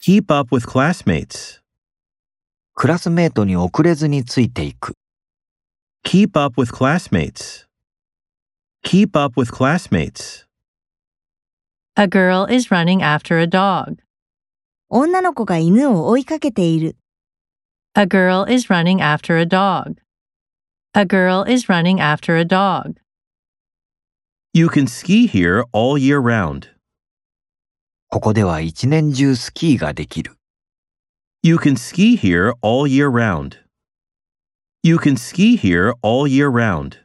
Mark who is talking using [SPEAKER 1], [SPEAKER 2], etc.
[SPEAKER 1] Keep up with classmates.
[SPEAKER 2] クラスメートに遅れずについていく。
[SPEAKER 1] Keep up with classmates. Keep up with classmates.
[SPEAKER 3] A girl is running after a dog.
[SPEAKER 4] 女の子が犬を追いかけている。
[SPEAKER 3] A girl is running after a dog. A girl is running after a dog.
[SPEAKER 1] You can ski here all year round.
[SPEAKER 2] ここでは一年中スキーができる。
[SPEAKER 1] You can ski here all year round. You can ski here all year round.